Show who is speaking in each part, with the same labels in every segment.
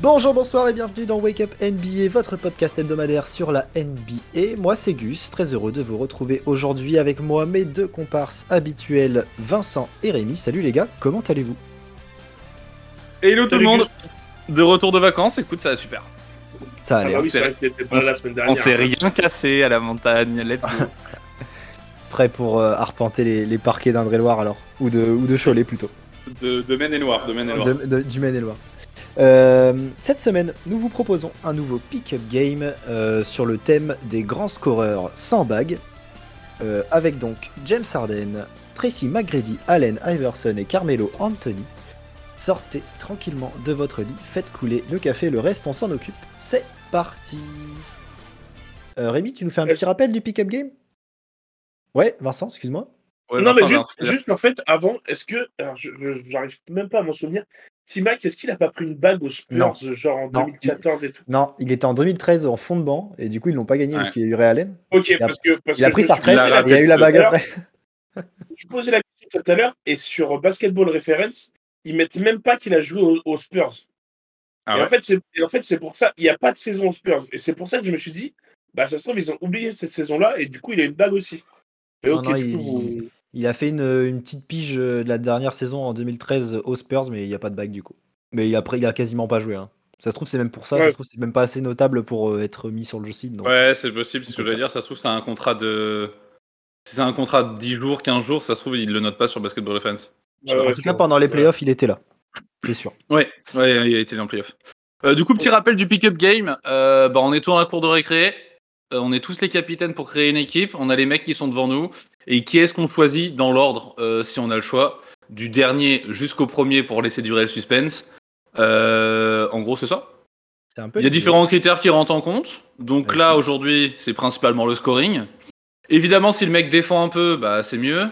Speaker 1: Bonjour, bonsoir et bienvenue dans Wake Up NBA, votre podcast hebdomadaire sur la NBA. Moi c'est Gus, très heureux de vous retrouver aujourd'hui avec moi mes deux comparses habituels, Vincent et Rémi. Salut les gars, comment allez-vous
Speaker 2: Hello tout
Speaker 3: Salut,
Speaker 2: le monde De retour de vacances, écoute, ça va super. hein.
Speaker 1: Ça a
Speaker 3: Ah
Speaker 1: l'air.
Speaker 3: bah oui,
Speaker 2: on
Speaker 3: c'est
Speaker 2: s'est-
Speaker 3: vrai que t'étais pas là la semaine
Speaker 2: On
Speaker 3: dernière.
Speaker 2: s'est rien cassé à la montagne, let's go.
Speaker 1: Prêt pour euh, arpenter les, les parquets d'Indre-et-Loire alors Ou de, ou de Cholet plutôt
Speaker 2: De, de Maine et Noir, de Maine et Noir.
Speaker 1: de, de- du Maine-et-Loire. Euh, cette semaine, nous vous proposons un nouveau pick-up game euh, sur le thème des grands scoreurs sans bague, euh, avec donc James Harden, Tracy McGrady, Allen Iverson et Carmelo Anthony. Sortez tranquillement de votre lit, faites couler le café, le reste on s'en occupe. C'est parti Euh, Rémi, tu nous fais un
Speaker 3: Est-ce-
Speaker 1: petit rappel du pick-up game Ouais, Vincent, excuse-moi.
Speaker 2: Ouais,
Speaker 3: non,
Speaker 2: Vincent,
Speaker 3: mais
Speaker 2: on a
Speaker 3: juste,
Speaker 2: un truc à dire.
Speaker 3: juste en fait, avant, est-ce que. Alors, je- je- j'arrive même pas à m'en souvenir. Timac, est-ce qu'il a pas pris une bague aux Spurs, euh, genre en
Speaker 1: Non.
Speaker 3: 2014 et tout
Speaker 1: Non, il était en 2013 en fond de banc, et du coup ils l'ont pas gagné
Speaker 2: Ouais.
Speaker 1: parce qu'il y a eu Ray Allen.
Speaker 3: Ok,
Speaker 1: a-
Speaker 3: parce que. Parce
Speaker 1: Il a
Speaker 3: que
Speaker 1: pris
Speaker 3: je
Speaker 1: sa
Speaker 3: me suis
Speaker 1: retraite,
Speaker 3: posé la
Speaker 1: il y a eu la
Speaker 3: question
Speaker 1: bague
Speaker 3: tout à l'heure.
Speaker 1: après.
Speaker 3: Je posais la question tout à l'heure, et sur Basketball Reference, ils mettent même pas qu'il a joué aux, aux Spurs.
Speaker 2: Ah
Speaker 3: et,
Speaker 2: ouais.
Speaker 3: en fait, c'est, et en fait, c'est pour ça, il n'y a pas de saison aux Spurs. Et c'est pour ça que je me suis dit, bah ça se trouve, ils ont oublié cette saison-là, et du coup, il a une bague aussi. Et
Speaker 1: Non,
Speaker 3: ok,
Speaker 1: non,
Speaker 3: du
Speaker 1: il-
Speaker 3: coup,
Speaker 1: il- Il a fait une, une petite pige euh, de la dernière saison en 2013 aux Spurs, mais il n'y a pas de bague du coup. Mais après, il a quasiment pas joué. hein. Ça se trouve, c'est même pour ça. Ça
Speaker 3: Ouais.
Speaker 1: se trouve, c'est même pas assez notable pour euh, être mis sur le site. Donc,
Speaker 2: Ouais, c'est possible, ce que
Speaker 1: Écoute,
Speaker 2: je veux dire, ça se trouve, c'est un contrat de. Si c'est un contrat de 10 jours, 15 jours, ça se trouve, il le note pas sur Basketball Defense.
Speaker 3: ouais,
Speaker 1: en
Speaker 3: ouais,
Speaker 1: tout cas,
Speaker 3: c'est-
Speaker 1: pendant les
Speaker 3: ouais.
Speaker 1: playoffs, il était là. C'est sûr.
Speaker 2: Ouais, ouais, il a été en playoff. Euh, du coup, petit rappel du pick-up game. Euh, bah, on est tous dans la cour de récré. Euh, on est tous les capitaines pour créer une équipe. On a les mecs qui sont devant nous. Et qui est-ce qu'on choisit dans l'ordre, euh, si on a le choix Du dernier jusqu'au premier pour laisser durer le suspense. Euh, en gros, c'est ça.
Speaker 1: C'est un peu
Speaker 2: Il y a
Speaker 1: l'idée.
Speaker 2: différents critères qui rentrent en compte. Donc
Speaker 1: Ouais,
Speaker 2: là,
Speaker 1: c'est-
Speaker 2: aujourd'hui, c'est principalement le scoring. Évidemment, si le mec défend un peu, bah, c'est mieux.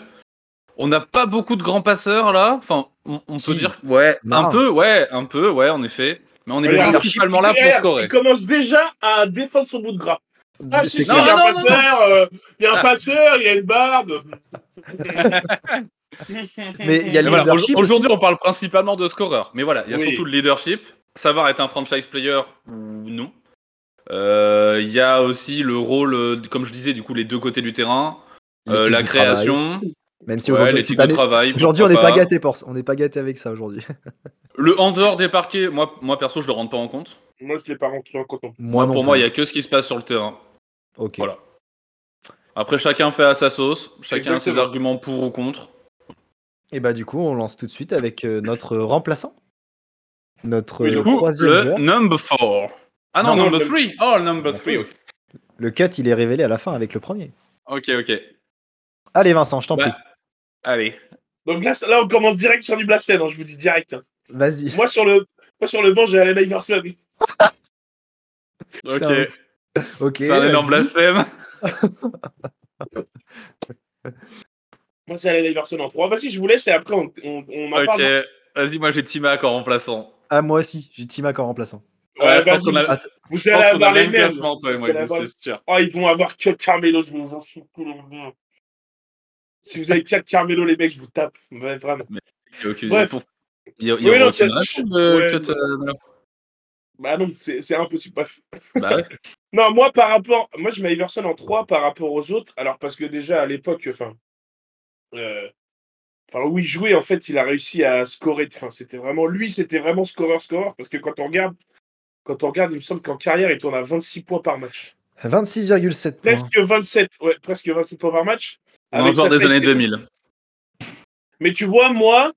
Speaker 2: On n'a pas beaucoup de grands passeurs là. Enfin, on, on
Speaker 1: Si.
Speaker 2: peut dire ouais,
Speaker 1: Non.
Speaker 2: un peu, ouais, un peu, ouais, en effet. Mais on est
Speaker 3: Regarde,
Speaker 2: principalement là pour
Speaker 3: Regarde,
Speaker 2: scorer.
Speaker 3: Il commence déjà à défendre son bout de gras. Ah,
Speaker 1: C'est
Speaker 3: si, si, il y
Speaker 2: clair.
Speaker 3: a
Speaker 2: Non,
Speaker 3: un
Speaker 2: non, non,
Speaker 3: passeur, euh, il y a un
Speaker 2: Ah.
Speaker 3: passeur, il y a une barbe.
Speaker 1: Mais il y a
Speaker 2: Mais
Speaker 1: le
Speaker 2: voilà,
Speaker 1: leadership
Speaker 2: au- Aujourd'hui, on parle principalement de scoreur. Mais voilà, il y a
Speaker 3: Oui.
Speaker 2: surtout le leadership, savoir être un franchise player ou non. Euh, Il y a aussi le rôle, euh, comme je disais, du coup, les deux côtés du terrain,
Speaker 1: Les
Speaker 2: euh,
Speaker 1: types
Speaker 2: la
Speaker 1: de travail.
Speaker 2: création,
Speaker 1: Même si
Speaker 2: ouais,
Speaker 1: aujourd'hui,
Speaker 2: les
Speaker 1: cette
Speaker 2: types de
Speaker 1: année-
Speaker 2: travail.
Speaker 1: aujourd'hui, on n'est
Speaker 2: pourquoi
Speaker 1: pas gâté pour ça. On n'est pas gâté avec ça aujourd'hui.
Speaker 2: Le en dehors des parquets, moi, moi perso, je le rentre pas en compte. Ah,
Speaker 3: Moi, je l'ai pas rentré en coton.
Speaker 1: Moi, non
Speaker 2: Pour
Speaker 1: plus.
Speaker 2: moi, il y a que ce qui se passe sur le terrain.
Speaker 1: Ok.
Speaker 2: Voilà. Après, chacun fait à sa sauce, chacun a ses
Speaker 3: Exactement.
Speaker 2: arguments pour ou contre.
Speaker 1: Et bah, du coup, on lance tout de suite avec euh, notre remplaçant. Notre
Speaker 3: Oui,
Speaker 1: euh,
Speaker 2: Du coup,
Speaker 1: troisième
Speaker 2: le
Speaker 1: joueur.
Speaker 2: number 4. Ah non,
Speaker 3: Non,
Speaker 2: number
Speaker 3: le-
Speaker 2: 3. Oh, le number 3. Ok,
Speaker 1: Le cut, il est révélé à la fin avec le premier.
Speaker 2: ok. ok.
Speaker 1: Allez, Vincent, je t'en
Speaker 2: Bah,
Speaker 1: prie.
Speaker 2: Allez.
Speaker 3: Donc là, là, on commence direct sur du blasphème, hein, je vous dis direct. hein.
Speaker 1: Vas-y.
Speaker 3: Moi, sur le, moi, sur le banc, j'ai Allen Iverson.
Speaker 2: Ok.
Speaker 1: un- Ok.
Speaker 2: C'est un énorme
Speaker 1: vas-y.
Speaker 2: blasphème.
Speaker 3: Moi, c'est Allen Iverson en 3. Vas-y, je vous laisse et après, on, on, on en
Speaker 2: Ok.
Speaker 3: parle.
Speaker 2: Vas-y, moi j'ai Timac en remplaçant.
Speaker 1: Ah, moi aussi, j'ai Timac en remplaçant.
Speaker 3: Ouais,
Speaker 2: Ouais, je pense
Speaker 3: vas-y,
Speaker 2: qu'on a,
Speaker 1: Ah,
Speaker 2: je
Speaker 1: c'est-
Speaker 3: Vous
Speaker 2: pense qu'on
Speaker 3: allez
Speaker 2: a
Speaker 3: avoir
Speaker 2: le
Speaker 3: les
Speaker 2: même
Speaker 3: mêmes.
Speaker 2: classement, toi et
Speaker 3: Parce
Speaker 2: moi,
Speaker 3: que la balle-
Speaker 2: c'est sûr.
Speaker 3: Oh, ils vont avoir que Carmelo, je vous en fous tout le monde. Si vous avez 4 Carmelo, les mecs, je vous tape. Ouais, vraiment.
Speaker 2: Il y a aucune-
Speaker 3: Bref.
Speaker 2: pour- Il y a, il y
Speaker 3: Oui,
Speaker 2: aura
Speaker 3: non,
Speaker 2: aucune
Speaker 3: c'est-
Speaker 2: raison de
Speaker 3: ouais,
Speaker 2: cut, euh, Melo.
Speaker 3: Bah non, c'est c'est impossible. Bref.
Speaker 2: Bah ouais.
Speaker 3: Non, moi, par rapport. Moi, je mets Iverson en 3 par rapport aux autres. Alors, parce que déjà, à l'époque, enfin. euh, Enfin, où il jouait, en fait, il a réussi à scorer. Enfin, c'était vraiment. Lui, c'était vraiment scoreur-scoreur. Parce que quand on regarde. Quand on regarde, il me semble qu'en carrière, il tourne à 26 points par match.
Speaker 1: 26,7 points.
Speaker 3: Presque 27. Ouais, presque 27 points par match.
Speaker 2: On est
Speaker 3: Avec
Speaker 2: encore
Speaker 3: sa
Speaker 2: des années
Speaker 3: PlayStation.
Speaker 2: 2000.
Speaker 3: Mais tu vois, moi,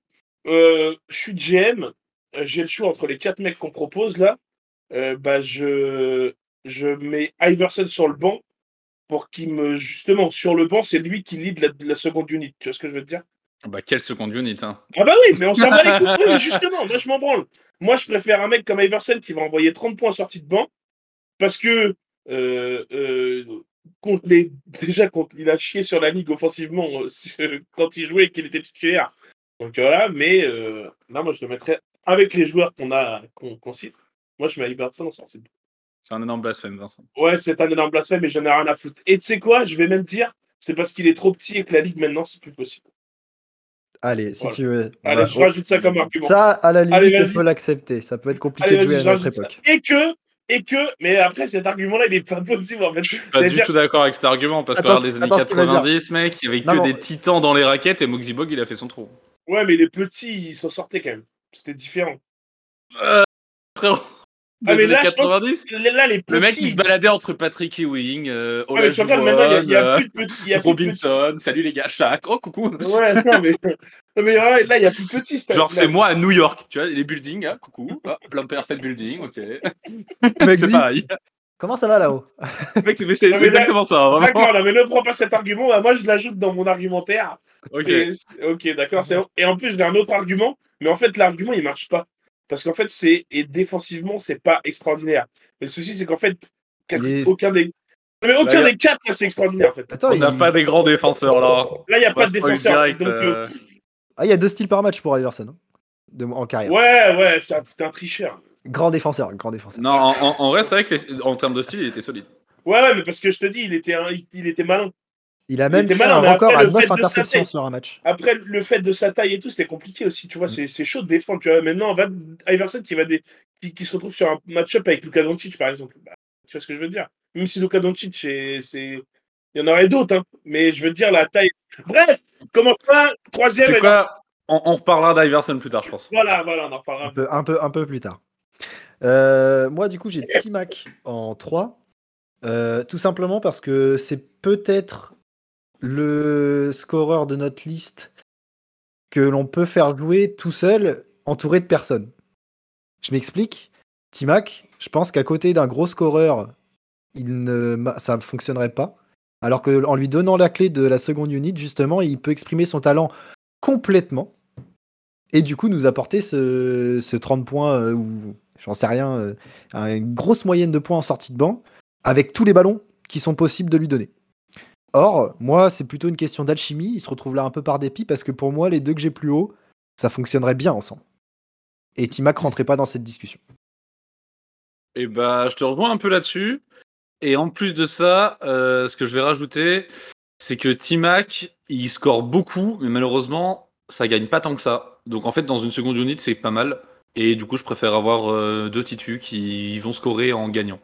Speaker 3: euh, je suis GM. euh, J'ai le choix entre les quatre mecs qu'on propose là. Euh, bah, je, je mets Iverson sur le banc pour qu'il me. Justement, sur le banc, c'est lui qui lead la, la seconde unité. Tu vois ce que je veux te dire
Speaker 2: Bah, quelle seconde unit, hein.
Speaker 3: Ah, bah oui, mais on s'en bat les couilles. Oui, mais justement, moi, je m'en branle. Moi, je préfère un mec comme Iverson qui va envoyer 30 points en sortie de banc parce que. euh, euh, contre les, déjà, contre, il a chié sur la ligue offensivement euh, quand il jouait et qu'il était titulaire. Donc voilà, mais euh, là, moi, je le mettrais avec les joueurs qu'on a, qu'on qu'on cite. Moi, je mets Iverson en sortie de banc.
Speaker 2: C'est un énorme blasphème, Vincent.
Speaker 3: Ouais, c'est un énorme blasphème mais j'en ai rien à foutre. Et tu sais quoi, je vais même dire, c'est parce qu'il est trop petit et que la ligue maintenant, c'est plus possible.
Speaker 1: Allez, si
Speaker 3: Voilà.
Speaker 1: tu veux. on
Speaker 3: Allez,
Speaker 1: va-
Speaker 3: je rajoute ça comme argument.
Speaker 1: Ça, à la limite,
Speaker 3: Allez,
Speaker 1: on
Speaker 3: vas-y.
Speaker 1: peut l'accepter. Ça peut être compliqué
Speaker 3: Allez,
Speaker 1: de jouer
Speaker 3: vas-y,
Speaker 1: à
Speaker 3: je
Speaker 1: notre
Speaker 3: rajoute ça.
Speaker 1: époque.
Speaker 3: Et que, et que, mais après, cet argument-là, il n'est pas possible, en
Speaker 2: Pas
Speaker 3: fait.
Speaker 2: du
Speaker 3: C'est-à-dire-
Speaker 2: tout d'accord avec cet argument parce que
Speaker 1: Attends,
Speaker 2: regarde les années
Speaker 1: attends, ce qu'il va dire.
Speaker 2: 90, mec, il y avait que
Speaker 1: Non, non.
Speaker 2: des titans dans les raquettes et Moxie Bog, il a fait son trou.
Speaker 3: Ouais, mais les petits, ils s'en sortaient quand même. C'était différent.
Speaker 2: Frérot, des
Speaker 3: Ah, mais là,
Speaker 2: années
Speaker 3: je pense-
Speaker 2: 90,
Speaker 3: Là, les petits.
Speaker 2: le mec, il se baladait entre Patrick Ewing, euh,
Speaker 3: Ah, mais tu regardes, maintenant, il y a- il n'y a,
Speaker 2: Olajuwon,
Speaker 3: plus de petits. il y a plus de petits.
Speaker 2: Robinson, salut les gars, Shaq, oh coucou.
Speaker 3: Ouais, non, mais, non, mais ouais, là, il n'y a plus de petits. c'est-
Speaker 2: Genre, c'est
Speaker 3: là-
Speaker 2: moi à New York, tu vois, les buildings, hein, coucou, ah, plein parcel building, ok.
Speaker 1: Mexi,
Speaker 2: c'est pareil.
Speaker 1: comment ça va là-haut
Speaker 2: Mec, mais c'est
Speaker 3: Non,
Speaker 2: c'est
Speaker 3: mais là-
Speaker 2: exactement ça, vraiment.
Speaker 3: D'accord, là, mais ne prends pas cet argument. bah, moi, je l'ajoute dans mon argumentaire.
Speaker 2: Ok.
Speaker 3: C'est- c'est- Ok, d'accord. c'est- Et en plus, j'ai un autre argument, mais en fait, l'argument, il marche pas. Parce qu'en fait, c'est et défensivement, c'est pas extraordinaire. Mais le souci, c'est qu'en fait, quasi
Speaker 1: Il est-
Speaker 3: aucun des. Non, mais aucun
Speaker 2: Là,
Speaker 3: des quatre, là, c'est extraordinaire, en fait.
Speaker 1: Attends,
Speaker 2: On
Speaker 1: il...
Speaker 2: n'a pas des grands défenseurs là.
Speaker 3: Là, il n'y a
Speaker 2: On va
Speaker 3: pas de
Speaker 2: spoil
Speaker 3: défenseur.
Speaker 2: direct,
Speaker 3: donc, euh,
Speaker 2: euh,
Speaker 1: Ah, il y a deux styles par match pour Iverson hein, de... en carrière.
Speaker 3: euh, Ouais, ouais, c'est un, c'est un tricheur.
Speaker 1: Grand défenseur, grand défenseur.
Speaker 2: Non, en, en- en vrai, c'est vrai que les- en termes de style, il était solide.
Speaker 3: Ouais, ouais, mais parce que je te dis, il était, un- il, il était malin.
Speaker 1: Il a même
Speaker 3: était
Speaker 1: fait
Speaker 3: malin,
Speaker 1: un
Speaker 3: mais après,
Speaker 1: record à
Speaker 3: le fait
Speaker 1: 9
Speaker 3: de
Speaker 1: interceptions
Speaker 3: s'appeler-
Speaker 1: sur un match.
Speaker 3: Après, le fait de sa taille et tout, c'était compliqué aussi,
Speaker 1: Mm.
Speaker 3: tu vois. C'est c'est chaud de défendre, tu vois. Maintenant, va, Iverson qui, va des, qui, qui se retrouve sur un match-up avec Luka Doncic, par exemple. Bah, tu vois ce que je veux dire Même si Luka Doncic, c'est... c'est- Il y en aurait d'autres, hein. Mais je veux dire, la taille... Bref, commence pas, troisième...
Speaker 2: C'est
Speaker 3: et-
Speaker 2: quoi on, on reparlera d'Iverson plus tard, je pense.
Speaker 3: Voilà, voilà, on en reparlera.
Speaker 1: Un peu, un peu, un peu plus tard. Euh, moi, du coup, j'ai T-Mac en 3. euh, tout simplement parce que c'est peut-être le scoreur de notre liste que l'on peut faire jouer tout seul, entouré de personnes. Je m'explique. T-Mac, je pense qu'à côté d'un gros scoreur, il ne, ma- ça ne fonctionnerait pas. Alors qu'en lui donnant la clé de la seconde unit, justement, il peut exprimer son talent complètement et du coup nous apporter ce, ce 30 points euh, ou j'en sais rien, euh, une grosse moyenne de points en sortie de banc avec tous les ballons qui sont possibles de lui donner. Or, moi, c'est plutôt une question d'alchimie. Il se retrouve là un peu par dépit parce que pour moi, les deux que j'ai plus haut, ça fonctionnerait bien ensemble. Et Timac rentrait pas dans cette discussion.
Speaker 2: Et bah, je te rejoins un peu là-dessus. Et en plus de ça, euh, ce que je vais rajouter, c'est que Timac, il score beaucoup, mais malheureusement, ça gagne pas tant que ça. Donc en fait, dans une seconde unit, c'est pas mal. Et du coup, je préfère avoir euh, deux titus qui vont scorer en gagnant.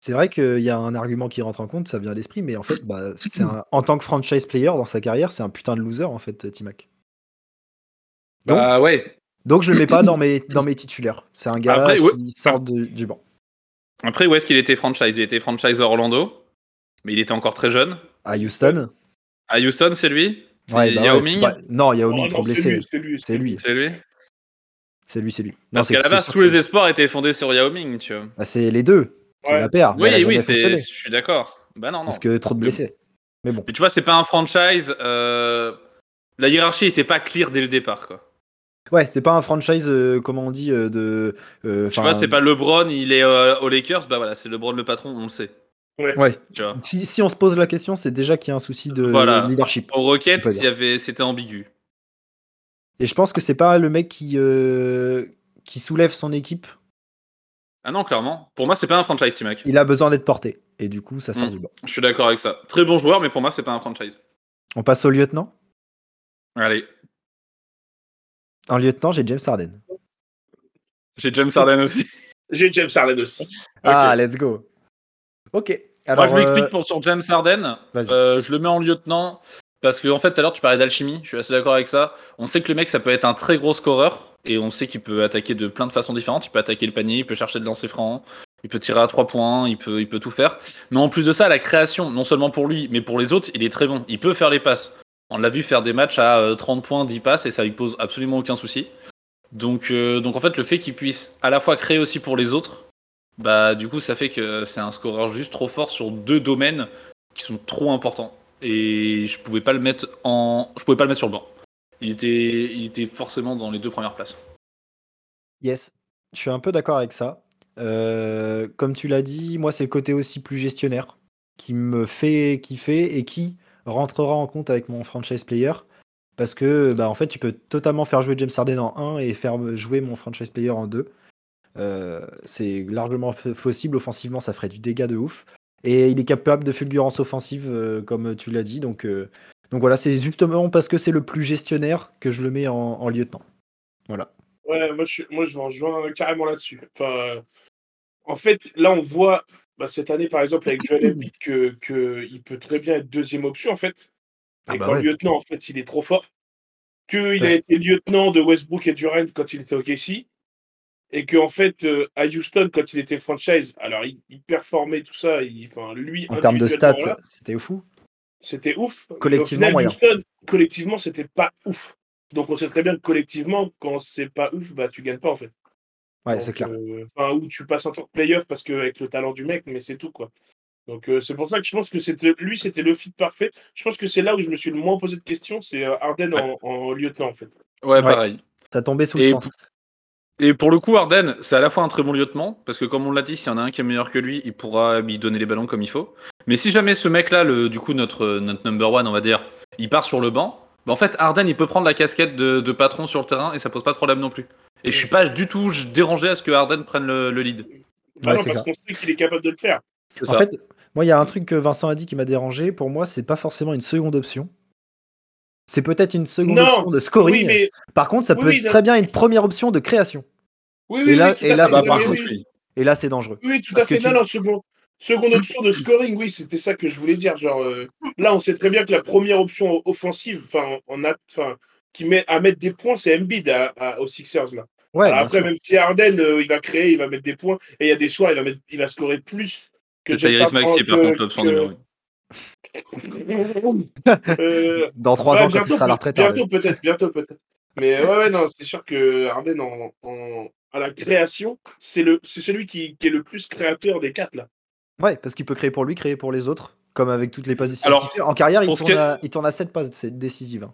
Speaker 1: C'est vrai qu'il y a un argument qui rentre en compte, ça vient à l'esprit, mais en fait, bah, c'est un- en tant que franchise player dans sa carrière, c'est un putain de loser en fait, Timac. Donc,
Speaker 2: bah ouais.
Speaker 1: donc je le mets pas dans mes, dans mes titulaires. C'est un gars
Speaker 2: Après,
Speaker 1: qui
Speaker 2: ouais.
Speaker 1: sort de- du banc.
Speaker 2: Après, où est-ce qu'il était franchise Il était franchise à Orlando, mais il était encore très jeune.
Speaker 1: À Houston,
Speaker 2: À Houston, c'est lui
Speaker 1: Ouais,
Speaker 2: C'est
Speaker 1: bah
Speaker 2: Yao
Speaker 1: ouais, c'est
Speaker 2: Ming
Speaker 1: pas- Non, Yao Ming
Speaker 3: Oh,
Speaker 1: trop
Speaker 3: non, c'est
Speaker 1: blessé.
Speaker 3: lui, c'est lui.
Speaker 1: C'est lui,
Speaker 2: C'est lui
Speaker 1: c'est lui, c'est lui. Non,
Speaker 2: Parce
Speaker 1: c'est-
Speaker 2: qu'à la
Speaker 1: c'est
Speaker 2: base,
Speaker 1: sûr
Speaker 2: tous
Speaker 1: que
Speaker 2: les
Speaker 1: c'est-
Speaker 2: espoirs étaient fondés sur Yao Ming, tu vois.
Speaker 1: Ah, c'est les deux, c'est Ah,
Speaker 3: Ouais.
Speaker 1: bah, la paire. mais elle a
Speaker 2: Oui,
Speaker 1: jamais
Speaker 2: oui, c'est-
Speaker 1: fonctionné,
Speaker 2: je suis d'accord. Bah non, non.
Speaker 1: Parce que trop de
Speaker 2: Le-
Speaker 1: blessés. Mais bon,
Speaker 2: Mais tu vois, c'est pas un franchise. euh, La hiérarchie était pas clear dès le départ, quoi.
Speaker 1: ouais, c'est pas un franchise, euh, comment on dit, euh, de. euh,
Speaker 2: Tu vois,
Speaker 1: enfin,
Speaker 2: c'est pas LeBron, il est euh, aux Lakers, bah voilà, c'est LeBron le patron, on le sait.
Speaker 1: Ouais.
Speaker 2: Tu vois.
Speaker 1: Si, si on se pose la question, c'est déjà qu'il y a un souci de
Speaker 2: Voilà.
Speaker 1: leadership.
Speaker 2: Aux Rockets,
Speaker 1: On peut
Speaker 2: il y avait... c'était ambigu.
Speaker 1: Et je pense que c'est pas le mec qui, euh, qui soulève son équipe.
Speaker 2: Ah non, clairement. Pour moi, c'est pas un franchise, Timac.
Speaker 1: Il a besoin d'être porté. Et du coup, ça sort
Speaker 2: Mm.
Speaker 1: du banc.
Speaker 2: Je suis d'accord avec ça. Très bon joueur, mais pour moi, c'est pas un franchise.
Speaker 1: On passe au lieutenant.
Speaker 2: Allez,
Speaker 1: Un lieutenant, j'ai James Harden.
Speaker 2: j'ai James Harden aussi.
Speaker 3: J'ai James Harden aussi.
Speaker 1: Ah, let's go. Ok. Alors,
Speaker 2: Moi, je m'explique
Speaker 1: euh,
Speaker 2: pour sur James Harden.
Speaker 1: vas-y.
Speaker 2: Euh, je le mets en lieutenant parce que en fait, tout à l'heure, tu parlais d'alchimie. Je suis assez d'accord avec ça. On sait que le mec, ça peut être un très gros scoreur et on sait qu'il peut attaquer de plein de façons différentes. Il peut attaquer le panier, il peut chercher de lancer franc, il peut tirer à trois points, il peut, il peut tout faire. Mais en plus de ça, la création, non seulement pour lui, mais pour les autres, il est très bon. Il peut faire les passes. On l'a vu faire des matchs à euh, 30 points, 10 passes et ça lui pose absolument aucun souci. Donc, euh, donc en fait, le fait qu'il puisse à la fois créer aussi pour les autres, bah du coup, ça fait que c'est un scoreur juste trop fort sur deux domaines qui sont trop importants. Et je pouvais pas le mettre en, je pouvais pas le mettre sur le banc. Il était, il était forcément dans les deux premières places.
Speaker 1: Yes, je suis un peu d'accord avec ça. Euh, comme tu l'as dit, moi c'est le côté aussi plus gestionnaire qui me fait kiffer et qui rentrera en compte avec mon franchise player. Parce que bah, en fait, tu peux totalement faire jouer James Harden en 1 et faire jouer mon franchise player en 2. Euh, c'est largement f- possible. Offensivement, ça ferait du dégât de ouf. Et il est capable de fulgurance offensive, euh, comme tu l'as dit. Donc, euh, Donc voilà, c'est justement parce que c'est le plus gestionnaire que je le mets en, en lieutenant. Voilà.
Speaker 3: Ouais, moi je, suis- moi, je vais en rejoins carrément là-dessus. Enfin, euh, en fait, là, on voit bah, cette année, par exemple, avec Joel Embiid, que, que il peut très bien être deuxième option, en fait.
Speaker 1: Ah
Speaker 3: et
Speaker 1: bah
Speaker 3: qu'en
Speaker 1: ouais.
Speaker 3: lieutenant, en fait, il est trop fort. Qu'il
Speaker 1: Parce-
Speaker 3: a été lieutenant de Westbrook et Durant quand il était au KC. Et qu'en fait, euh, à Houston, quand il était franchise, alors il, il performait tout ça. il- Enfin, lui,
Speaker 1: En termes de
Speaker 3: individuellement,
Speaker 1: stats,
Speaker 3: là,
Speaker 1: c'était fou.
Speaker 3: c'était ouf. Mais au
Speaker 1: Collectivement,
Speaker 3: final,
Speaker 1: moyen.
Speaker 3: Houston, collectivement, c'était pas ouf. Donc on sait très bien que collectivement, quand c'est pas ouf, bah tu gagnes pas en fait.
Speaker 1: Ouais,
Speaker 3: Donc,
Speaker 1: c'est clair.
Speaker 3: euh, Enfin, où tu passes un tour de playoff parce que avec le talent du mec, mais c'est tout quoi. Donc euh, c'est pour ça que je pense que c'était lui, c'était le fit parfait. Je pense que c'est là où je me suis le moins posé de questions, c'est euh, Harden en, en lieutenant en fait.
Speaker 2: Ouais, pareil.
Speaker 1: Ça tombait sous
Speaker 2: Et-
Speaker 1: le sens.
Speaker 2: Et pour le coup, Arden, c'est à la fois un très bon lieutenant, parce que comme on l'a dit, s'il y en a un qui est meilleur que lui, il pourra lui donner les ballons comme il faut. Mais si jamais ce mec-là, le- du coup, notre, euh, notre number one, on va dire, il part sur le banc, bah en fait, Arden, il peut prendre la casquette de, de patron sur le terrain et ça pose pas de problème non plus. Et je suis pas du tout dérangé à ce que Arden prenne le, le lead.
Speaker 3: Bah
Speaker 1: Ouais,
Speaker 3: non,
Speaker 1: c'est
Speaker 3: parce qu'on sait qu'il est capable de le faire.
Speaker 2: C'est
Speaker 1: En
Speaker 2: ça.
Speaker 1: fait, moi, il y a un truc que Vincent a dit qui m'a dérangé. Pour moi, c'est pas forcément une seconde option. C'est peut-être une seconde
Speaker 3: Non.
Speaker 1: option de scoring.
Speaker 3: Oui, mais
Speaker 1: Par contre, ça
Speaker 3: Oui,
Speaker 1: peut
Speaker 3: oui,
Speaker 1: être
Speaker 3: non.
Speaker 1: très bien une première option de création.
Speaker 3: oui,
Speaker 1: Et
Speaker 3: oui,
Speaker 1: là-
Speaker 3: oui, tout
Speaker 1: et
Speaker 3: à
Speaker 1: là,
Speaker 3: fait,
Speaker 1: c'est
Speaker 2: Ah
Speaker 3: non,
Speaker 2: bah, par
Speaker 3: mais
Speaker 1: dangereux.
Speaker 2: contre,
Speaker 3: oui,
Speaker 2: oui.
Speaker 1: Et là, c'est dangereux.
Speaker 3: Oui, tout à
Speaker 1: Parce que
Speaker 3: fait.
Speaker 1: tu-
Speaker 3: Non, non, second- seconde option de scoring, oui, c'était ça que je voulais dire. Genre, euh, là, on sait très bien que la première option offensive, enfin, on a, enfin, qui met à mettre des points, c'est Embiid à, à- aux Sixers là.
Speaker 1: Ouais,
Speaker 2: Bah,
Speaker 3: Alors
Speaker 1: bien
Speaker 3: après,
Speaker 1: sûr.
Speaker 3: même si Harden, euh, il va créer, il va mettre des points, et il y a des soirs, il va mettre, il va scorer plus que
Speaker 2: C'est Tyrese
Speaker 3: James
Speaker 2: Maxey, par
Speaker 3: Harden,
Speaker 2: contre, l'option numéro un.
Speaker 3: que- Euh,
Speaker 1: Dans trois
Speaker 3: ouais,
Speaker 1: ans, quand tu seras à la retraite. hein.
Speaker 3: bientôt peut-être, bientôt peut-être. Mais ouais, ouais, non, c'est sûr que Harden en, en- à la création, c'est le, c'est celui qui, qui est le plus créateur des quatre là.
Speaker 1: Arden. Ouais, parce qu'il peut créer pour lui, créer pour les autres. Comme avec toutes les passes décisives.
Speaker 2: Alors,
Speaker 1: qu'il fait. En carrière, il
Speaker 2: pour ce
Speaker 1: tourne,
Speaker 2: qui est-
Speaker 1: à, il tourne à 7 passes dé- décisives. hein.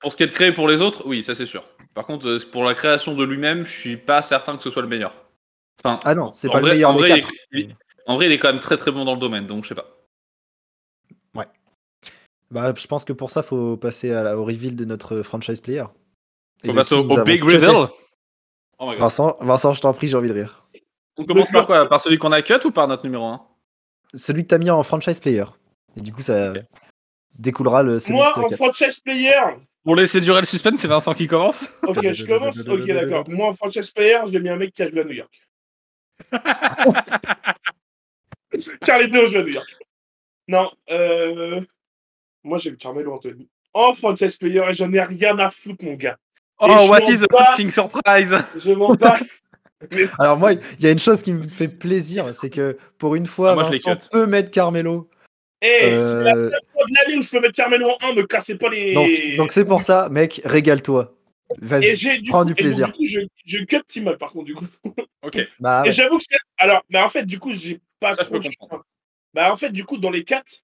Speaker 2: Pour ce qui est de créer pour les autres, oui, ça c'est sûr. Par contre, euh, pour la création de lui-même, je suis pas certain que ce soit le meilleur. Enfin,
Speaker 1: Ah non, c'est
Speaker 2: en
Speaker 1: pas
Speaker 2: vrai-
Speaker 1: le meilleur
Speaker 2: en
Speaker 1: des
Speaker 2: vrai,
Speaker 1: quatre.
Speaker 2: il- il- en vrai, il est quand même très très bon dans le domaine, donc je sais pas.
Speaker 1: Bah, je pense que pour ça, faut passer à la- au reveal de notre franchise player. Et
Speaker 2: On
Speaker 1: de
Speaker 2: passe
Speaker 1: qui
Speaker 2: au,
Speaker 1: nous
Speaker 2: au
Speaker 1: avons
Speaker 2: Big
Speaker 1: cuté.
Speaker 2: Riddle. Oh my God.
Speaker 1: Vincent, Vincent, je t'en prie, j'ai envie de rire.
Speaker 2: On commence par quoi Par celui qu'on a cut ou par notre numéro 1
Speaker 1: Celui que t'as mis en franchise player. Et du coup, ça découlera le. celui
Speaker 3: Moi,
Speaker 1: que t'as
Speaker 3: en
Speaker 1: quatre.
Speaker 3: franchise player,
Speaker 2: Pour laisser durer le suspense, c'est Vincent qui commence
Speaker 3: ok, je commence, ok, d'accord. Moi, en franchise player, j'ai mis un mec qui a joué à New York. Car les deux ont joué à New York. Non, euh... moi, j'ai le Carmelo Anthony. En franchise player, et j'en ai rien à foutre, mon gars.
Speaker 2: Oh,
Speaker 3: je
Speaker 2: what
Speaker 3: m'en
Speaker 2: is a
Speaker 3: bats.
Speaker 2: fucking surprise
Speaker 3: Je m'en bats.
Speaker 1: Alors moi, il y a une chose qui me fait plaisir, c'est que pour une fois,
Speaker 2: Ah, moi, je les
Speaker 1: Vincent
Speaker 2: cut.
Speaker 1: peut mettre Carmelo.
Speaker 3: Eh,
Speaker 1: Euh,
Speaker 3: c'est la première fois de l'année où je peux mettre Carmelo en 1, me cassez pas les.
Speaker 1: Donc donc c'est pour ça, mec, régale-toi.
Speaker 3: Et
Speaker 1: Vas-y.
Speaker 3: j'ai du,
Speaker 1: prends du
Speaker 3: coup- et donc,
Speaker 1: plaisir.
Speaker 3: du coup, je, je cut Timal par contre, du coup.
Speaker 2: Ok.
Speaker 1: Bah,
Speaker 3: Et
Speaker 1: ouais.
Speaker 3: j'avoue que c'est. Alors, mais en fait, du coup, j'ai pas
Speaker 2: Ça, je
Speaker 3: trop.
Speaker 2: peux comprendre.
Speaker 3: Bah, en fait, du coup, dans les 4,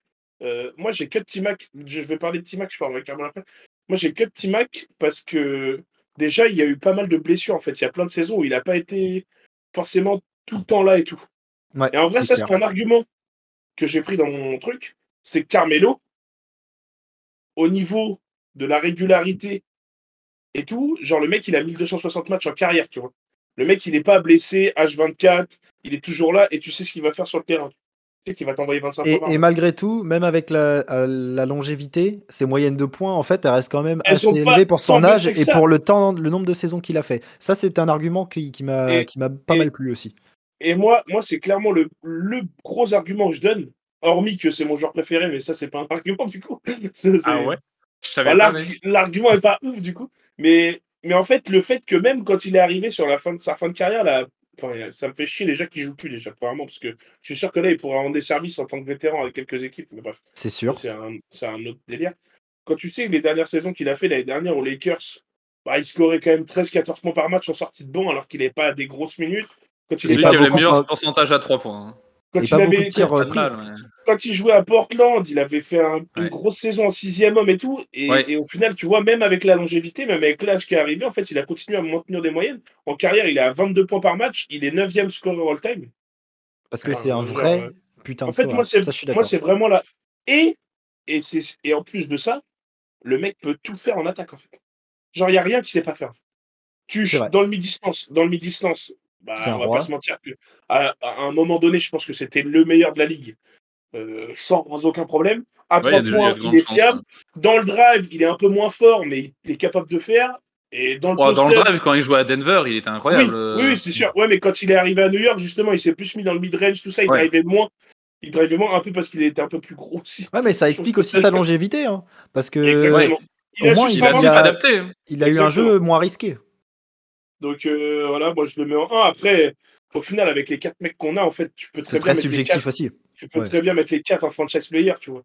Speaker 3: moi, j'ai que Timac. Je vais parler de Timac, je parlerai carrément après. Moi, j'ai que Timac parce que déjà, il y a eu pas mal de blessures, en fait. Il y a plein de saisons où il n'a pas été forcément tout le temps là et tout.
Speaker 1: Ouais,
Speaker 3: Et en vrai,
Speaker 1: c'est
Speaker 3: ça, c'est
Speaker 1: clair.
Speaker 3: un argument que j'ai pris dans mon truc. C'est que Carmelo, au niveau de la régularité et tout, genre, le mec, il a 1260 matchs en carrière, tu vois. Le mec, il n'est pas blessé, H24, il est toujours là et tu sais ce qu'il va faire sur le terrain. Tu sais qu'il va t'envoyer 25
Speaker 1: Et,
Speaker 3: points par
Speaker 1: et malgré tout, même avec la, à la longévité, ses moyennes de points, en fait, elles restent quand même
Speaker 3: Elles
Speaker 1: assez
Speaker 3: sont pas
Speaker 1: élevées pour son
Speaker 3: tant
Speaker 1: âge
Speaker 3: blessées que
Speaker 1: et
Speaker 3: ça.
Speaker 1: pour le temps, le nombre de saisons qu'il a fait. Ça, c'est un argument qui, qui m'a
Speaker 3: Et-
Speaker 1: qui m'a pas
Speaker 3: et-
Speaker 1: mal plu aussi.
Speaker 3: Et moi, moi c'est clairement le, le gros argument que je donne, hormis que c'est mon joueur préféré, mais ça, c'est pas un argument du coup. Ça, c'est-
Speaker 1: Ah
Speaker 2: Je
Speaker 3: Bah, l'arg- L'argument est pas ouf du coup. Mais, mais en fait, le fait que même quand il est arrivé sur la fin de sa fin de carrière, là, enfin, ça me fait chier déjà qu'il joue plus déjà, vraiment, parce que je suis sûr que là, il pourra rendre des services en tant que vétéran avec quelques équipes. Mais bref.
Speaker 1: C'est sûr.
Speaker 3: C'est un, c'est un autre délire. Quand tu sais que les dernières saisons qu'il a fait l'année dernière aux Lakers, bah, il scorait quand même 13-14 points par match en sortie de banc alors qu'il n'est pas à des grosses minutes. Quand
Speaker 2: C'est
Speaker 3: il,
Speaker 1: Et
Speaker 2: celui qui
Speaker 1: pas
Speaker 2: avait le
Speaker 1: beaucoup- euh,
Speaker 2: meilleur pourcentage à 3 points. hein.
Speaker 3: quand
Speaker 1: Et
Speaker 3: il
Speaker 1: pas beaucoup
Speaker 3: avait,
Speaker 1: de tirs
Speaker 2: Pas de
Speaker 1: repris.
Speaker 2: mal, ouais.
Speaker 3: quand il jouait à Portland, il avait fait un- une
Speaker 2: Ouais.
Speaker 3: grosse saison en sixième homme et tout. Et,
Speaker 2: Ouais.
Speaker 3: et au final, tu vois, même avec la longévité, même avec l'âge qui est arrivé, en fait, il a continué à maintenir des moyennes. En carrière, il est à 22 points par match. Il est 9e scoreur all-time.
Speaker 1: Parce que
Speaker 3: Enfin,
Speaker 1: c'est un
Speaker 3: genre,
Speaker 1: vrai
Speaker 3: euh,
Speaker 1: putain de
Speaker 3: En fait,
Speaker 1: score,
Speaker 3: moi,
Speaker 1: hein.
Speaker 3: c'est
Speaker 1: Ça, je suis
Speaker 3: moi,
Speaker 1: d'accord.
Speaker 3: c'est vraiment là. Et, et, c'est- et en plus de ça, le mec peut tout faire en attaque, en fait. Genre, il n'y a rien qu'il sait pas faire. Tu,
Speaker 1: C'est vrai.
Speaker 3: dans le mi-distance, dans le mi-distance, bah,
Speaker 1: C'est un
Speaker 3: on va
Speaker 1: roi.
Speaker 3: pas se mentir que à, à un moment donné, je pense que c'était le meilleur de la ligue. euh, sans aucun problème. À
Speaker 2: Ouais, il y a
Speaker 3: 3
Speaker 2: des- il y a
Speaker 3: points,
Speaker 2: de
Speaker 3: il
Speaker 2: grandes
Speaker 3: est
Speaker 2: chances,
Speaker 3: fiable.
Speaker 2: hein.
Speaker 3: Dans le drive, il est un peu moins fort, mais il- il est capable de faire. Et dans le
Speaker 2: Oh, dans le
Speaker 3: poster-
Speaker 2: drive, quand il jouait à Denver, il était incroyable.
Speaker 3: oui,
Speaker 2: euh,
Speaker 3: oui, c'est sûr. Ouais, mais quand il est arrivé à New York, justement, il s'est plus mis dans le mid-range, tout ça. Il
Speaker 2: Ouais.
Speaker 3: drivait moins. Il drivait moins un peu parce qu'il était un peu plus gros aussi.
Speaker 1: Ouais, mais ça explique aussi sa longévité, hein, parce que
Speaker 3: Exactement.
Speaker 2: Ouais.
Speaker 3: Il a
Speaker 1: Au moins,
Speaker 3: su
Speaker 2: Il a
Speaker 1: Il
Speaker 2: su
Speaker 1: a-
Speaker 3: s'adapter.
Speaker 2: s'adapter.
Speaker 1: il a eu un jeu
Speaker 3: Exactement.
Speaker 1: moins risqué.
Speaker 3: Donc euh, voilà, moi je le mets en 1. Après, au final, avec les quatre mecs qu'on a, en fait, tu peux très
Speaker 1: C'est
Speaker 3: bien
Speaker 1: très
Speaker 3: mettre les quatre
Speaker 1: subjectif aussi.
Speaker 3: tu peux
Speaker 1: Ouais.
Speaker 3: très bien mettre les quatre en franchise player, tu vois.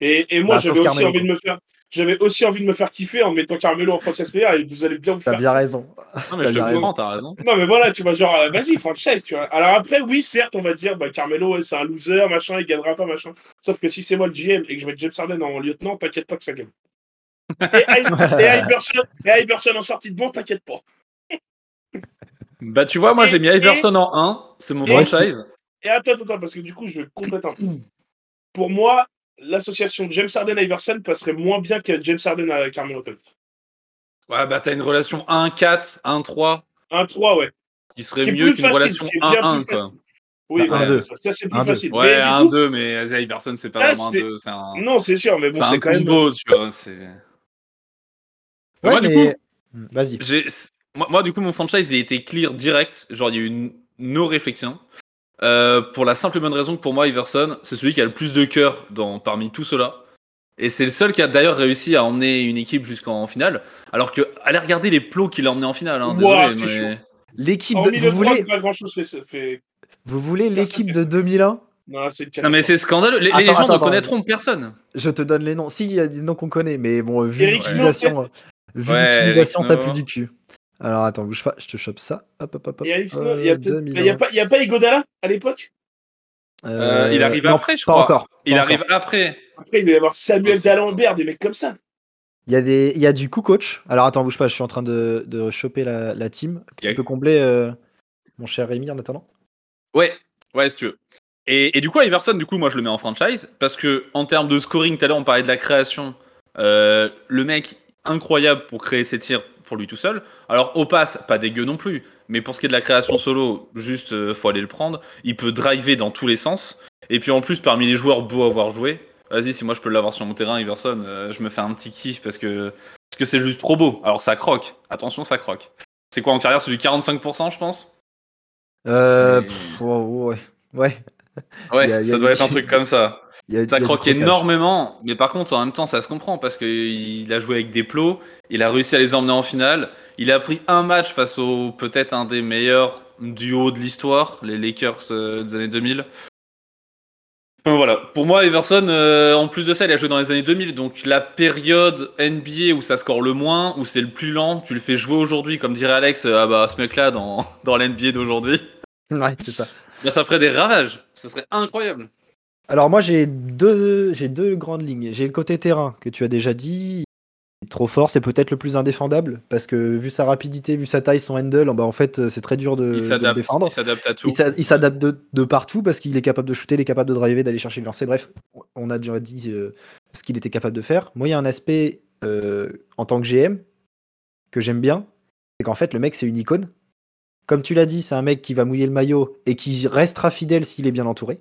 Speaker 3: Et, et moi,
Speaker 1: Bah, sauf
Speaker 3: j'avais aussi
Speaker 1: Carmelo,
Speaker 3: envie de me faire, j'avais aussi envie de me faire kiffer en mettant Carmelo en franchise player. Et vous allez bien vous
Speaker 1: T'as
Speaker 3: faire.
Speaker 1: bien raison.
Speaker 2: Non, mais je te
Speaker 1: Ah, T'as
Speaker 2: comprends, t'as raison.
Speaker 3: Non, mais voilà, tu vois, genre, euh, vas-y, franchise, tu vois. Alors après, oui, certes, on va dire, bah, Carmelo, ouais, c'est un loser, machin, il gagnera pas, machin. Sauf que si c'est moi le GM et que je mets James Harden en lieutenant, t'inquiète pas que ça gagne. Et, I- et Iverson, et Iverson en sortie de banc, t'inquiète pas.
Speaker 2: Bah, tu vois, moi, j'ai mis
Speaker 3: Et-
Speaker 2: Iverson en 1. C'est mon
Speaker 3: et-
Speaker 2: franchise.
Speaker 3: Et attends, attends, attends, parce que du coup, je complète un peu. Pour moi, l'association James Harden-Iverson passerait moins bien que James Harden à Carmelo Anthony.
Speaker 2: Ouais, bah, t'as une relation 1-4, 1-3
Speaker 3: Un 3, ouais.
Speaker 2: qui serait
Speaker 3: Qui est
Speaker 2: mieux
Speaker 3: plus
Speaker 2: qu'une
Speaker 3: facile,
Speaker 2: relation
Speaker 3: qui est bien
Speaker 2: 1-1,
Speaker 3: plus
Speaker 2: quoi.
Speaker 3: Oui,
Speaker 1: Bah,
Speaker 3: voilà,
Speaker 1: un, deux.
Speaker 3: ça, ça, c'est plus
Speaker 1: Un, deux.
Speaker 3: facile.
Speaker 2: Ouais,
Speaker 3: Mais du
Speaker 2: 1-2, mais Iverson, c'est pas
Speaker 3: ça,
Speaker 2: vraiment un
Speaker 3: c'est-
Speaker 2: 2. C'est un,
Speaker 3: coup- Non, c'est sûr, mais
Speaker 2: c'est
Speaker 3: bon,
Speaker 2: un
Speaker 3: c'est quand même.
Speaker 2: combo, tu vois. c'est-
Speaker 1: Ouais,
Speaker 2: Moi, du coup,
Speaker 1: mais... Hmm, Vas-y.
Speaker 2: J'ai- Moi, moi, du coup, mon franchise, il a été clear direct. Genre, il y a eu une no réflexion. Euh, pour la simple et bonne raison que pour moi, Iverson, c'est celui qui a le plus de cœur dans, parmi tout cela. Et c'est le seul qui a d'ailleurs réussi à emmener une équipe jusqu'en finale. Alors que, allez regarder les plots qu'il a emmenés en finale. Hein,
Speaker 3: Ouah,
Speaker 2: désolé,
Speaker 3: c'est
Speaker 2: mais-
Speaker 1: L'équipe
Speaker 3: Hormis
Speaker 1: de...
Speaker 3: le
Speaker 1: Vous
Speaker 3: droit,
Speaker 1: voulez,
Speaker 3: pas grand chose fait. fait-
Speaker 1: vous voulez
Speaker 3: Personne
Speaker 1: l'équipe
Speaker 3: fait
Speaker 1: de 2001
Speaker 3: Non, c'est une
Speaker 2: Non, mais c'est scandaleux. Les, les
Speaker 1: Attends,
Speaker 2: gens
Speaker 1: attends,
Speaker 2: ne
Speaker 1: attends.
Speaker 2: connaîtront personne.
Speaker 1: Je te donne les noms. Si, il y a des noms qu'on connaît, mais bon, vu
Speaker 3: Eric Snow,
Speaker 1: l'utilisation, euh, vu
Speaker 2: Ouais,
Speaker 1: l'utilisation,
Speaker 2: Eric
Speaker 1: ça
Speaker 2: Snow.
Speaker 1: pue du cul. Alors attends, bouge pas, je te chope ça. Hop, hop, hop, hop.
Speaker 3: Il y a X9, il y a
Speaker 1: Euh,
Speaker 3: peut-être-
Speaker 1: 2001.
Speaker 3: il y a pas- il y a pas Igodala à l'époque
Speaker 2: Euh, il arrive
Speaker 1: non,
Speaker 2: après, je
Speaker 1: pas
Speaker 2: crois.
Speaker 1: Encore, pas
Speaker 2: Il
Speaker 1: encore.
Speaker 2: arrive après.
Speaker 3: Après, il doit y avoir Samuel
Speaker 1: Ah,
Speaker 2: Ouais, c'est ça.
Speaker 3: D'Alembert, des mecs comme ça.
Speaker 1: Il y a des, il y a du coup coach. Alors attends, bouge pas, je suis en train de, de choper la, la team. Tu
Speaker 2: Ok.
Speaker 1: peux combler euh, mon cher Rémi en attendant.
Speaker 2: Ouais, ouais, si tu veux. Et, et du coup, Iverson, du coup, moi, je le mets en franchise parce que en termes de scoring, tout à l'heure, on parlait de la création. Euh, le mec incroyable pour créer ses tirs pour lui tout seul. Alors au pass, pas dégueu non plus. Mais pour ce qui est de la création solo, juste euh, faut aller le prendre. Il peut driver dans tous les sens. Et puis en plus, parmi les joueurs beaux à avoir joué, vas-y, si moi je peux l'avoir sur mon terrain, Iverson, euh, je me fais un petit kiff parce que parce que c'est juste trop beau. Alors ça croque. Attention, ça croque. C'est quoi en carrière C'est du 45%, je pense.
Speaker 1: Euh,
Speaker 2: Mais-
Speaker 1: pff, oh, oh, ouais, ouais.
Speaker 2: Ouais,
Speaker 1: Il y a- il y a
Speaker 2: ça
Speaker 1: du-
Speaker 2: doit être un truc comme ça.
Speaker 1: Il y a-
Speaker 2: Ça
Speaker 1: il y a du
Speaker 2: croque
Speaker 1: croquage.
Speaker 2: énormément, mais par contre, en même temps, ça se comprend parce qu'il a joué avec des plots, il a réussi à les emmener en finale. Il a pris un match face au peut-être un des meilleurs duos de l'histoire, les Lakers euh, des années 2000. Enfin, voilà, pour moi, Everson, euh, en plus de ça, il a joué dans les années 2000, donc la période NBA où ça score le moins, où c'est le plus lent, tu le fais jouer aujourd'hui, comme dirait Alex, euh, ah bah ce mec-là dans, dans l'NBA d'aujourd'hui,
Speaker 1: Ouais, c'est ça.
Speaker 2: bah, ça ferait des ravages, ça serait incroyable.
Speaker 1: Alors moi j'ai deux j'ai deux grandes lignes. J'ai le côté terrain que tu as déjà dit. Il est Trop fort, c'est peut-être le plus indéfendable parce que vu sa rapidité, vu sa taille, son handle, bah en fait euh, c'est très dur de,
Speaker 2: Il
Speaker 1: de le
Speaker 2: s'adapte
Speaker 1: défendre.
Speaker 2: il s'adapte à tout.
Speaker 1: Il s'a- il s'adapte de, de partout parce qu'il est capable de shooter, il est capable de driver, d'aller chercher le lancer. Bref, on a déjà dit euh, ce qu'il était capable de faire. Moi, il y a un aspect euh, en tant que GM que j'aime bien, c'est qu'en fait, le mec, c'est une icône. Comme tu l'as dit, c'est un mec qui va mouiller le maillot et qui restera fidèle s'il est bien entouré.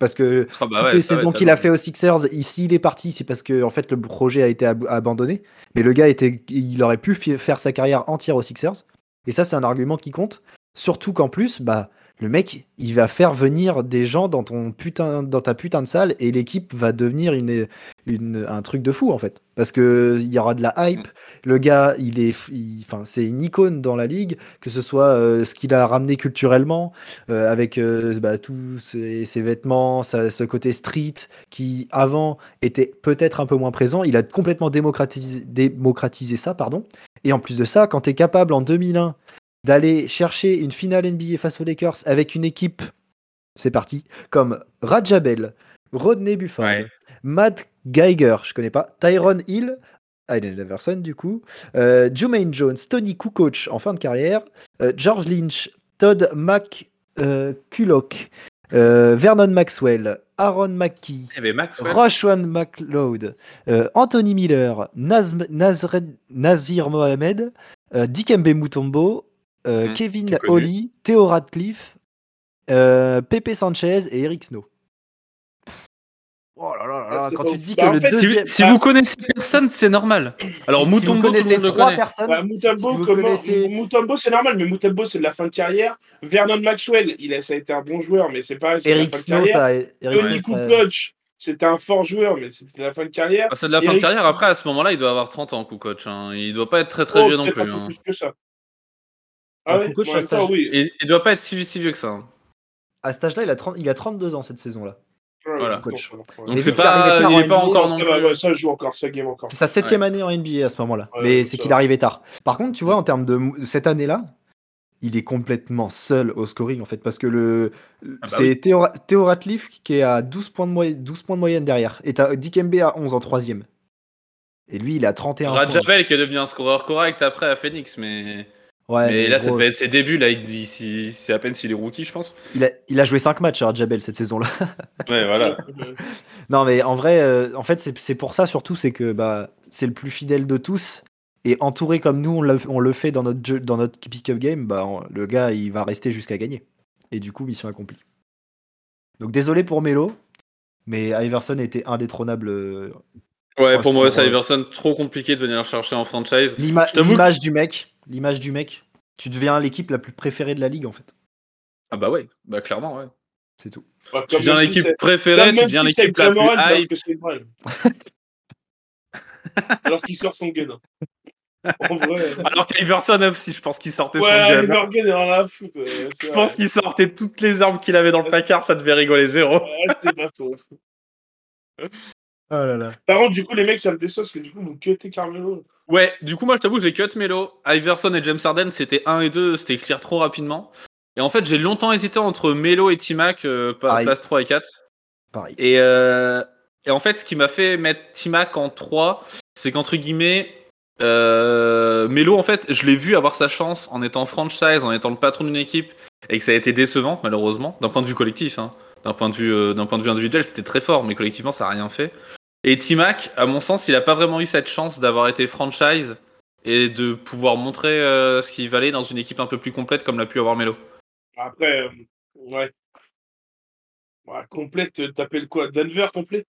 Speaker 1: Parce que
Speaker 2: Ah bah
Speaker 1: toutes
Speaker 2: ouais,
Speaker 1: les
Speaker 2: ça, ouais,
Speaker 1: saisons
Speaker 2: t'as
Speaker 1: qu'il a
Speaker 2: raison.
Speaker 1: fait aux Sixers, il- s'il est parti, c'est parce que en fait le projet a été ab- abandonné. Mais le gars était, il aurait pu fi- faire sa carrière entière aux Sixers. Et ça, c'est un argument qui compte. Surtout qu'en plus, bah le mec, il va faire venir des gens dans ton putain, dans ta putain de salle, et l'équipe va devenir une, une, un truc de fou en fait, parce que il y aura de la hype. Le gars, il est, f- il- enfin, c'est une icône dans la ligue, que ce soit euh, ce qu'il a ramené culturellement, euh, avec euh, bah, tous ses, ses vêtements, sa- ce côté street qui avant était peut-être un peu moins présent. Il a complètement démocratisé, démocratisé ça, pardon. Et en plus de ça, quand tu es capable en 2001 d'aller chercher une finale NBA face aux Lakers avec une équipe, c'est parti, comme Rajabel, Rodney Bufford,
Speaker 2: Ouais.
Speaker 1: Matt Geiger, je connais pas, Tyron Hill. Allen Iverson, du coup, euh, Jumaine Jones, Tony Kukoc en fin de carrière, euh, George Lynch, Todd Mac euh, Kulok, euh, Vernon Maxwell, Aaron McKee,
Speaker 2: Il y avait Maxwell.
Speaker 1: Roshwan McLeod, euh, Anthony Miller, Nazm- Nazred- Nazir Mohamed, euh, Dikembe Mutombo, euh,
Speaker 2: Mhm,
Speaker 1: Kevin
Speaker 2: c'est connu.
Speaker 1: Holly, Theo Radcliffe, euh, Pepe Sanchez et Eric Snow. Oh là là là
Speaker 3: Ah,
Speaker 1: là,
Speaker 3: c'est
Speaker 1: quand
Speaker 3: pas
Speaker 1: tu
Speaker 3: ouf.
Speaker 1: dis
Speaker 3: Bah,
Speaker 1: que
Speaker 3: en
Speaker 1: le
Speaker 3: fait,
Speaker 2: Si, vous-
Speaker 1: deuxième.
Speaker 2: si vous connaissez personne, c'est normal. Alors,
Speaker 1: si- si vous
Speaker 2: Mouton Go, tout le
Speaker 1: connaissez
Speaker 2: monde le
Speaker 1: trois
Speaker 2: connaît.
Speaker 1: personnes.
Speaker 3: Bah,
Speaker 1: Ah, si
Speaker 3: Mutombo,
Speaker 1: vous
Speaker 3: comment-
Speaker 1: connaissez-
Speaker 3: Mutombo, c'est normal, mais Mutombo, c'est de la fin de carrière. Vernon Maxwell, il a, ça a été un bon joueur, mais c'est pareil, c'est de la
Speaker 1: Eric
Speaker 3: fin de
Speaker 1: Snow,
Speaker 3: carrière.
Speaker 1: ça. Eric
Speaker 3: Tony
Speaker 1: Snow, ça-
Speaker 3: Kukoc, c'était un fort joueur, mais c'était de la fin de carrière.
Speaker 2: Ah, c'est de la fin de
Speaker 3: Eric-
Speaker 2: carrière. Après, à ce moment-là, il doit avoir 30 ans, Kukoc. hein. Il doit pas être très très
Speaker 3: Oh,
Speaker 2: vieux non
Speaker 3: peut-être
Speaker 2: plus.
Speaker 3: un peu
Speaker 2: hein.
Speaker 3: plus que ça.
Speaker 1: Ah,
Speaker 3: Ah ouais,
Speaker 1: Kukoc,
Speaker 3: en
Speaker 1: ça,
Speaker 3: même temps,
Speaker 1: ça-
Speaker 3: oui.
Speaker 2: Il, il doit pas être si, si vieux que ça. hein.
Speaker 1: À cet âge-là, il a 30 il a 32 ans cette saison-là.
Speaker 2: Voilà.
Speaker 1: Coach.
Speaker 3: Donc,
Speaker 2: Donc
Speaker 1: Mais
Speaker 2: c'est
Speaker 1: vu qu'il arrive
Speaker 2: pas,
Speaker 1: tard
Speaker 2: il
Speaker 1: en
Speaker 2: est pas
Speaker 1: NBA,
Speaker 2: encore non
Speaker 3: ça, va,
Speaker 2: plus. hein.
Speaker 3: ouais, ça joue encore, ça game encore.
Speaker 1: C'est sa septième année en NBA à ce moment-là.
Speaker 3: Ouais,
Speaker 1: mais
Speaker 3: ouais,
Speaker 1: c'est
Speaker 3: ça
Speaker 1: qu'il
Speaker 3: va.
Speaker 1: arrivait tard. Par contre, tu vois, en termes de mou- cette année-là, il est complètement seul au scoring en fait parce que le
Speaker 2: Ah bah
Speaker 1: c'est Theo, Theo Ratliff qui est à 12 points de moyenne 12 points de moyenne derrière et t'as Dikembe à 11 en troisième. Et lui, il a 31 points.
Speaker 2: Radjavel qui est devenu un scoreur correct après à Phoenix, mais,
Speaker 1: Ouais,
Speaker 2: mais là, ça
Speaker 1: gros,
Speaker 2: devait être ses débuts. Là, il dit- si- c'est à peine s'il est rookie, je pense.
Speaker 1: il a, il a joué 5 matchs à Jabel cette saison-là.
Speaker 2: Ouais, voilà.
Speaker 3: Euh,
Speaker 1: Non, mais en vrai, euh, en fait, c'est c'est pour ça surtout, c'est que bah, c'est le plus fidèle de tous. Et entouré comme nous, on, l'a- on le fait dans notre, jeu, dans notre pick-up game, bah, on- le gars, il va rester jusqu'à gagner. Et du coup, mission accomplie. Donc désolé pour Melo, mais Iverson était indétrônable. euh,
Speaker 2: Ouais,
Speaker 1: Ouais,
Speaker 2: pour moi,
Speaker 1: c'est pour-
Speaker 2: Iverson, trop compliqué de venir chercher en franchise.
Speaker 1: l'ima-
Speaker 2: Je t'avoue que-
Speaker 1: L'image du mec, l'image du mec, tu deviens l'équipe la plus préférée de la ligue, en fait.
Speaker 2: Ah bah ouais, bah clairement, ouais.
Speaker 1: C'est tout.
Speaker 3: bah,
Speaker 2: Tu
Speaker 3: comme
Speaker 2: deviens
Speaker 3: Memphis,
Speaker 2: l'équipe
Speaker 3: c'est-
Speaker 2: préférée,
Speaker 3: comme
Speaker 2: tu deviens
Speaker 3: Memphis,
Speaker 2: l'équipe
Speaker 3: c'est
Speaker 2: la
Speaker 3: Jamoran,
Speaker 2: plus
Speaker 3: alors
Speaker 2: hype.
Speaker 3: que c'est Brown. Alors qu'il sort son gun. En vrai. euh,
Speaker 2: Alors qu'Iverson aussi, je pense qu'il sortait
Speaker 3: Ouais,
Speaker 2: son
Speaker 3: les
Speaker 2: gun.
Speaker 3: Morgan, il en a à foutre. euh,
Speaker 2: Je
Speaker 3: c'est vrai.
Speaker 2: pense qu'il sortait toutes les armes qu'il avait dans le placard, ça devait rigoler zéro.
Speaker 3: Ouais, c'est pas faux.
Speaker 1: Oh là là.
Speaker 3: Par contre, du coup, les mecs, ça me déçoit parce que du coup, vous cuttez Carmelo.
Speaker 2: Ouais, du coup, moi, je t'avoue que j'ai cut Melo. Iverson et James Harden, c'était 1 et 2, c'était clear trop rapidement. Et en fait, j'ai longtemps hésité entre Melo et Timac, euh, pa-
Speaker 1: Pareil.
Speaker 2: place 3 et 4.
Speaker 1: Pareil.
Speaker 2: Et, euh, et en fait, ce qui m'a fait mettre Timac en 3, c'est qu'entre guillemets, euh, Melo, en fait, je l'ai vu avoir sa chance en étant franchise, en étant le patron d'une équipe, et que ça a été décevant, malheureusement, d'un point de vue collectif. hein. D'un point, de vue, euh, d'un point de vue individuel, c'était très fort, mais collectivement, ça n'a rien fait. Et Timac, à mon sens, il n'a pas vraiment eu cette chance d'avoir été franchise et de pouvoir montrer euh, ce qu'il valait dans une équipe un peu plus complète comme l'a pu avoir Melo.
Speaker 3: Après, euh, ouais. Ouais, complète, euh, t'appelles quoi Denver complet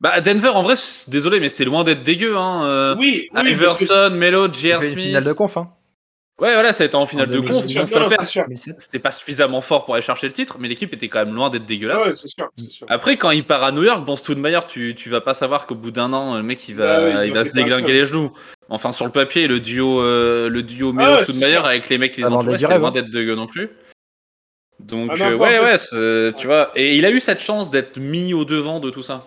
Speaker 2: Bah, Denver, en vrai, c- désolé, mais c'était loin d'être dégueu. Hein. euh,
Speaker 3: Oui, oui, parce que-
Speaker 2: Iverson, Melo,
Speaker 1: Il
Speaker 2: J.R.
Speaker 1: fait une
Speaker 2: Smith.
Speaker 1: finale de conf, hein.
Speaker 2: Ouais, voilà, ça a été en finale
Speaker 1: En
Speaker 2: de conf.
Speaker 1: 2018.
Speaker 2: on
Speaker 3: Non, non,
Speaker 2: s'aperçoit-
Speaker 3: c'est sûr.
Speaker 1: 2007.
Speaker 2: C'était pas suffisamment fort pour aller chercher le titre, mais l'équipe était quand même loin d'être dégueulasse.
Speaker 3: Ah Ouais, c'est sûr. c'est sûr.
Speaker 2: Après, quand il part à New York, bon, Stoudemire, tu, tu vas pas savoir qu'au bout d'un an, le mec, il va,
Speaker 3: Bah oui, il
Speaker 2: il
Speaker 3: va
Speaker 2: va se
Speaker 3: péter un
Speaker 2: déglinguer
Speaker 3: câble.
Speaker 2: les genoux. Enfin, sur le papier, le duo, euh, le duo
Speaker 3: Ah ouais, c'est
Speaker 2: Melo-Stoudemire
Speaker 3: sûr.
Speaker 2: avec les mecs qui les
Speaker 1: Ah, vendait
Speaker 2: entouraient,
Speaker 1: du
Speaker 2: c'était
Speaker 1: rêve,
Speaker 2: loin
Speaker 1: hein.
Speaker 2: d'être dégueu non plus. Donc,
Speaker 3: Ah, non,
Speaker 2: euh,
Speaker 3: pas en
Speaker 2: ouais,
Speaker 3: fait.
Speaker 2: ouais, c'est- tu vois. Et il a eu cette chance d'être mis au devant de tout ça.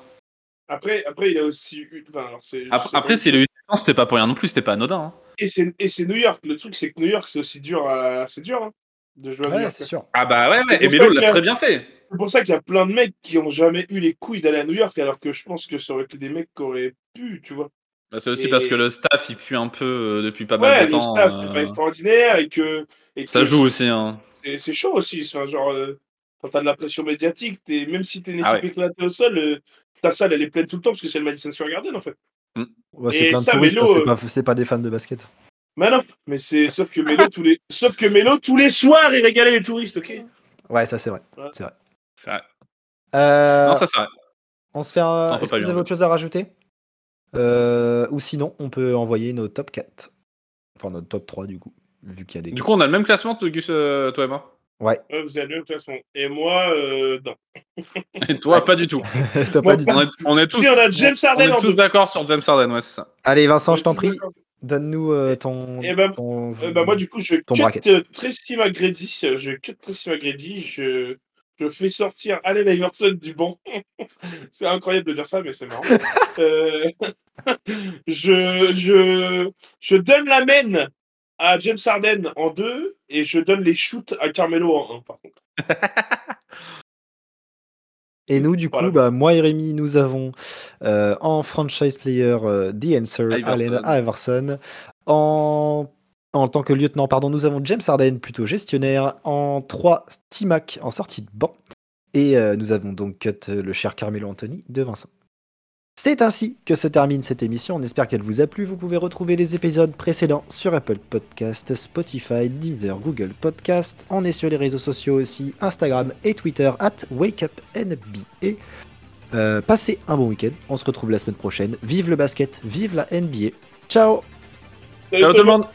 Speaker 3: Après, après, il a aussi eu. Enfin, alors, c'est- je
Speaker 2: Après,
Speaker 3: sais pas.
Speaker 2: après s'il a eu cette chance, c'était pas pour rien non plus, c'était pas anodin. hein.
Speaker 3: Et c'est et c'est New York. Le truc, c'est que New York, c'est aussi dur à... C'est dur, hein, de jouer à New
Speaker 1: Ouais,
Speaker 3: York.
Speaker 1: c'est sûr.
Speaker 2: Ah bah ouais, ouais.
Speaker 3: C'est
Speaker 2: et
Speaker 3: pour
Speaker 2: Melo
Speaker 3: ça qu'il y
Speaker 2: l'a
Speaker 3: a-
Speaker 2: très bien fait.
Speaker 3: C'est pour ça qu'il y a plein de mecs qui ont jamais eu les couilles d'aller à New York, alors que je pense que ça aurait été des mecs qui auraient pu, tu vois.
Speaker 2: Bah, c'est aussi
Speaker 3: Et-
Speaker 2: parce que le staff il pue un peu euh, depuis pas
Speaker 3: ouais,
Speaker 2: mal
Speaker 3: le
Speaker 2: de temps.
Speaker 3: staff, c'est
Speaker 2: euh,
Speaker 3: pas extraordinaire et que. Et
Speaker 2: Ça
Speaker 3: que
Speaker 2: joue aussi. Hein.
Speaker 3: C'est c'est chaud aussi. Enfin, genre, euh, quand t'as de la pression médiatique, es, même si t'es une équipe
Speaker 2: Ah
Speaker 3: éclatée au sol, euh, ta salle, elle est pleine tout le temps parce que c'est le Madison Square Garden, en fait.
Speaker 1: Ouais, c'est
Speaker 3: Et
Speaker 1: plein de
Speaker 3: ça,
Speaker 1: touristes, hein,
Speaker 3: Melo,
Speaker 1: c'est
Speaker 3: euh,
Speaker 1: pas, c'est pas des fans de basket.
Speaker 3: Mais non, mais c'est sauf que Melo tous les sauf que Melo tous les soirs il régalait les touristes, ok.
Speaker 1: Ouais, ça c'est vrai.
Speaker 2: C'est vrai.
Speaker 1: Euh,
Speaker 2: Non, ça c'est vrai.
Speaker 1: On se fait un...
Speaker 2: Ça, on peut
Speaker 1: Est-ce que vous
Speaker 2: pas lui
Speaker 1: avez
Speaker 2: enlever.
Speaker 1: autre chose à rajouter Euh, Ou sinon, on peut envoyer nos top 4. Enfin, notre top 3 du coup, vu qu'il y a des...
Speaker 2: Du coup, on a le même classement, toi, Gus, euh, toi et moi.
Speaker 3: Ouais, vous avez le même classement. Et moi, euh, non.
Speaker 2: Et toi, pas du tout.
Speaker 1: Top
Speaker 3: Moi,
Speaker 1: un du
Speaker 2: On
Speaker 1: tout.
Speaker 2: est, on est tous,
Speaker 3: Si on a James
Speaker 2: on est
Speaker 3: Harden en
Speaker 2: tous
Speaker 3: deux.
Speaker 2: d'accord sur James Harden, ouais, c'est ça.
Speaker 1: Allez, Vincent,
Speaker 3: On est
Speaker 1: je t'en
Speaker 3: tous
Speaker 1: prie,
Speaker 3: d'accord.
Speaker 1: donne-nous euh, ton...
Speaker 3: Eh ben,
Speaker 1: ton-
Speaker 3: Euh, bah, moi du coup je
Speaker 1: Ton
Speaker 3: cut
Speaker 1: bracket.
Speaker 3: euh, Tracy McGrady, euh, je cut Tracy McGrady, je je fais sortir Allen Iverson du banc. c'est incroyable de dire ça, mais c'est marrant. Euh, je, je, je donne la main à James Harden en deux et je donne les shoots à Carmelo en un, par contre.
Speaker 1: Et nous, du coup,
Speaker 3: Voilà.
Speaker 1: bah, moi et Rémi, nous avons euh, en franchise player euh, The Answer,
Speaker 2: Iverson.
Speaker 1: Allen Iverson. En... en tant que lieutenant, pardon, nous avons James Harden, plutôt gestionnaire. En 3, Timac en sortie de banc. Et euh, nous avons donc cut euh, le cher Carmelo Anthony de Vincent. C'est ainsi que se termine cette émission. On espère qu'elle vous a plu. Vous pouvez retrouver les épisodes précédents sur Apple Podcast, Spotify, Deezer, Google Podcast. On est sur les réseaux sociaux aussi, Instagram et Twitter, at WakeUpNBA. Euh, passez un bon week-end. On se retrouve la semaine prochaine. Vive le basket, vive la NBA. Ciao
Speaker 2: Ciao tout le monde